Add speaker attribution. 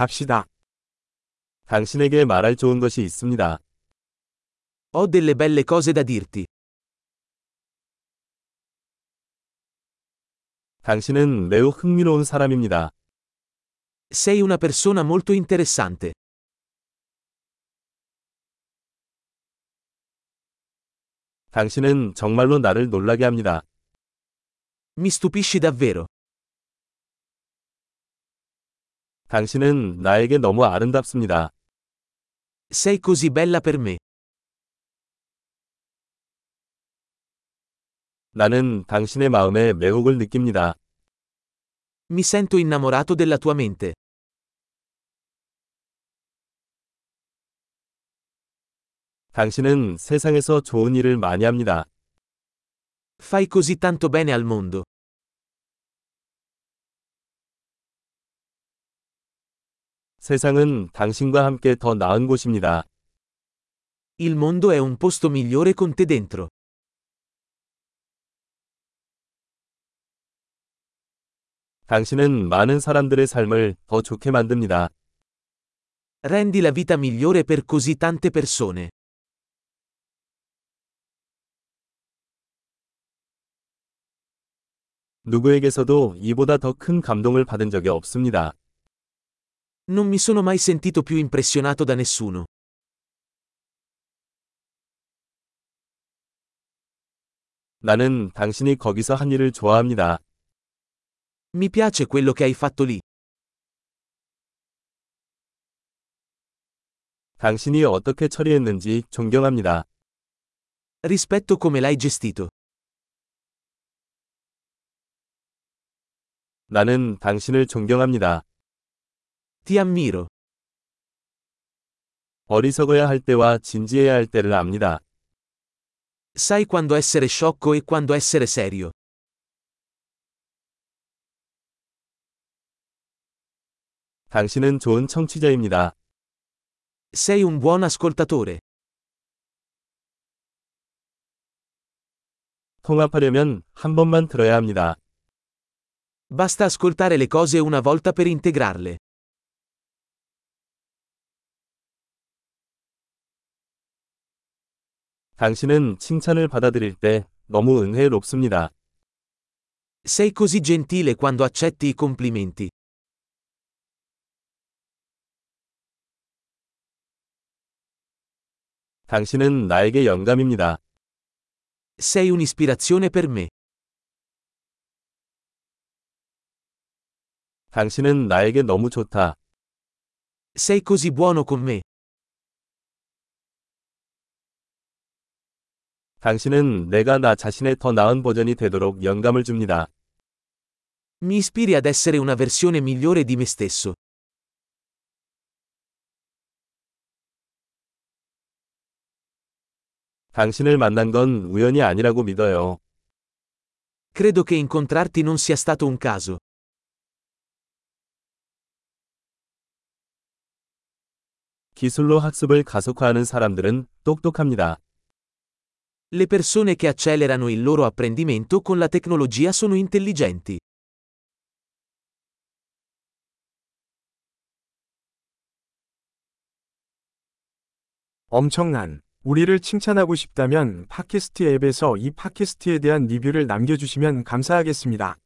Speaker 1: 갑시다. 당신에게 말할 좋은 것이 있습니다.
Speaker 2: Ho delle belle cose da dirti.
Speaker 1: 당신은 매우 흥미로운 사람입니다.
Speaker 2: Sei una persona molto interessante.
Speaker 1: 당신은 정말로 나를 놀라게 합니다.
Speaker 2: Mi stupisci davvero.
Speaker 1: 당신은 나에게 너무 아름답습니다.
Speaker 2: Sei così bella per me.
Speaker 1: 나는 당신의 마음에 매혹을 느낍니다.
Speaker 2: Mi sento innamorato della tua mente.
Speaker 1: 당신은 세상에서 좋은 일을 많이 합니다.
Speaker 2: Fai così tanto bene al mondo.
Speaker 1: 세상은 당신과 함께 더 나은 곳입니다.
Speaker 2: Il mondo è un posto migliore con te dentro.
Speaker 1: 당신은 많은 사람들의 삶을 더 좋게 만듭니다.
Speaker 2: Rendi la vita migliore per così tante persone.
Speaker 1: 누구에게서도 이보다 더 큰 감동을 받은 적이 없습니다.
Speaker 2: Non mi sono mai sentito più impressionato da nessuno.
Speaker 1: 나는 당신이 거기서 한 일을 좋아합니다.
Speaker 2: Mi piace quello che hai fatto lì.
Speaker 1: 당신이 어떻게 처리했는지 존경합니다.
Speaker 2: Rispetto come l'hai gestito.
Speaker 1: 나는 당신을 존경합니다.
Speaker 2: Ti ammiro.
Speaker 1: 어리석어야 할 때와 진지해야 할 때를 압니다.
Speaker 2: Sai quando essere sciocco e quando essere serio.
Speaker 1: 당신은 좋은 청취자입니다.
Speaker 2: Sei un buon ascoltatore.
Speaker 1: 통합하려면 한 번만 들어야 합니다.
Speaker 2: Basta ascoltare le cose una volta per integrarle.
Speaker 1: 당신은 칭찬을 받아들일 때 너무 은혜롭습니다.
Speaker 2: Sei così gentile quando accetti i complimenti.
Speaker 1: 당신은 나에게 영감입니다.
Speaker 2: Sei un'ispirazione per me.
Speaker 1: 당신은 나에게 너무 좋다.
Speaker 2: Sei così buono con me.
Speaker 1: 당신은 내가 나 자신의 더 나은 버전이 되도록 영감을 줍니다.
Speaker 2: Mi ispiri ad essere una versione migliore di me stesso.
Speaker 1: 당신을 만난 건 우연이 아니라고 믿어요.
Speaker 2: Credo che incontrarti non sia stato un caso.
Speaker 1: 기술로 학습을 가속화하는 사람들은 똑똑합니다.
Speaker 2: Le persone che accelerano il loro apprendimento con la tecnologia sono intelligenti.
Speaker 3: 엄청난 우리를 칭찬하고 싶다면 팟캐스트 앱에서 이 팟캐스트에 대한 리뷰를 남겨주시면 감사하겠습니다.